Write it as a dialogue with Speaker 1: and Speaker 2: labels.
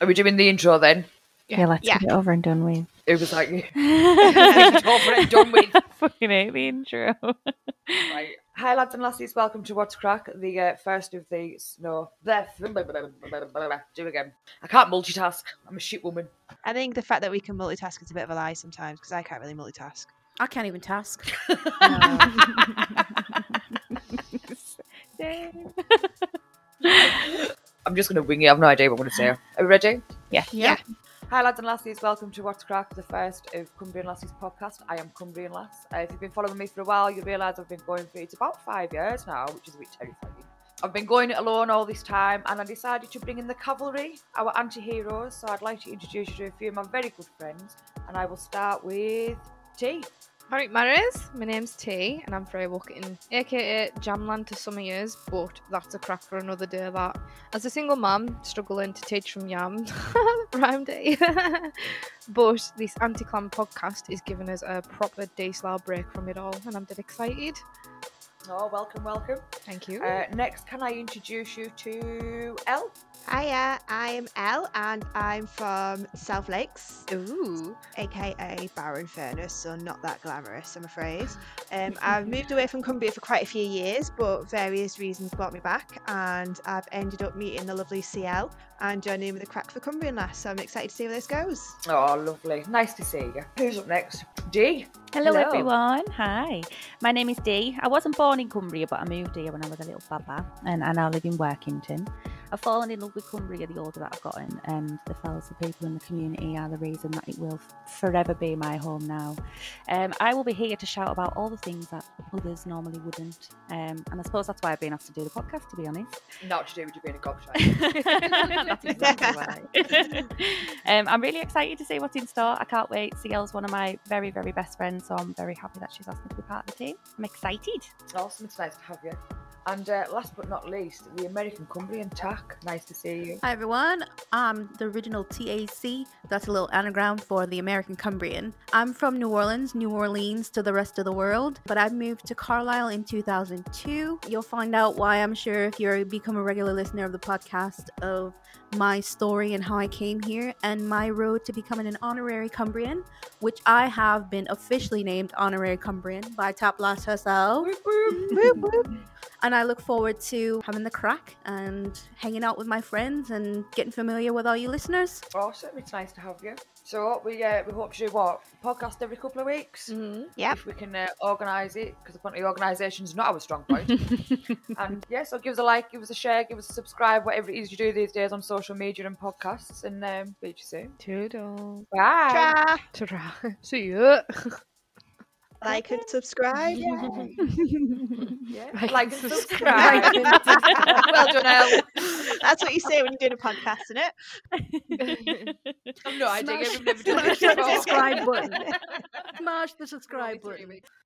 Speaker 1: Are we doing the intro then?
Speaker 2: Yeah, let's get it over and done with.
Speaker 1: It was like, take it over and done with.
Speaker 2: I fucking hate the intro.
Speaker 1: Right. Hi, lads and lassies. Welcome to What's Crack, the uh, first of the snow. Bleh. Do again. I can't multitask. I'm a shit woman.
Speaker 3: I think the fact that we can multitask is a bit of a lie sometimes because I can't really multitask.
Speaker 4: I can't even task.
Speaker 2: Same.
Speaker 1: I'm just going to wing it. I've no idea what I'm going to say. Are we ready?
Speaker 4: Yeah.
Speaker 1: Hi, lads and lassies. Welcome to What's Crack, the first of Cumbrian Lassies podcast. I am Cumbrian Lass. Uh, if you've been following me for a while, you realise I've been going for it's about five years now, which is a bit terrifying. I've been going it alone all this time, and I decided to bring in the cavalry, our anti heroes. So I'd like to introduce you to a few of my very good friends, and I will start with T.
Speaker 5: Hi, Maris. My name's T, and I'm Freya Walking, aka Jamland to some years, but that's a crack for another day. That, as a single mum, struggling to teach from yam, rhymed it. but this anti clan podcast is giving us a proper day slow break from it all, and I'm dead excited.
Speaker 1: Oh, welcome, welcome.
Speaker 5: Thank you.
Speaker 1: Uh, next, can I introduce you to L?
Speaker 3: Hiya, I'm Elle and I'm from South Lakes,
Speaker 5: Ooh,
Speaker 3: aka Barren Furnace, so not that glamorous, I'm afraid. Um, I've moved away from Cumbria for quite a few years, but various reasons brought me back, and I've ended up meeting the lovely CL and joining with the crack for Cumbrian last, so I'm excited to see where this goes.
Speaker 1: Oh, lovely. Nice to see you. Who's up next? D.
Speaker 2: Hello,
Speaker 1: Hello.
Speaker 2: everyone. Hi. My name is Dee. I wasn't born in Cumbria, but I moved here when I was a little baba, and I now live in Workington. I've fallen in love with Cumbria the older that I've gotten, and the fellas, the people in the community, are the reason that it will forever be my home now. Um, I will be here to shout about all the things that others normally wouldn't, um, and I suppose that's why I've been asked to do the podcast, to be honest.
Speaker 1: Not to do with you being a gobshite.
Speaker 2: That's exactly right. um, I'm really excited to see what's in store. I can't wait. CL's one of my very, very best friends, so I'm very happy that she's asked me to be part of the team. I'm excited.
Speaker 1: Awesome, it's nice to have you. And uh, last but not least, the American Cumbrian Tack. Nice to see you.
Speaker 4: Hi, everyone. I'm the original TAC. That's a little anagram for the American Cumbrian. I'm from New Orleans, New Orleans to the rest of the world, but I moved to Carlisle in 2002. You'll find out why, I'm sure, if you become a regular listener of the podcast, of my story and how I came here and my road to becoming an honorary Cumbrian, which I have been officially named Honorary Cumbrian by Top Loss herself. And I look forward to having the crack and hanging out with my friends and getting familiar with all you listeners.
Speaker 1: Awesome, it's nice to have you. So we uh, we hope to do what podcast every couple of weeks
Speaker 5: Mhm.
Speaker 3: Yep.
Speaker 1: if we can uh, organise it because apparently organisation's not our strong point. and yeah, so give us a like, give us a share, give us a subscribe, whatever it is you do these days on social media and podcasts. And um, see you soon.
Speaker 5: toodle.
Speaker 1: Bye.
Speaker 3: Ta-ra.
Speaker 5: Ta-ra. See you.
Speaker 3: Like and subscribe.
Speaker 1: Yeah.
Speaker 5: Like
Speaker 1: Like and
Speaker 5: and
Speaker 1: subscribe. well done, Elle.
Speaker 3: That's what you say when you're doing a podcast, isn't it?
Speaker 1: I've no idea.
Speaker 4: Smash-
Speaker 1: I've never done this
Speaker 4: smash that
Speaker 1: before.
Speaker 4: subscribe button. Smash the subscribe
Speaker 1: Only three
Speaker 4: button.
Speaker 1: weeks.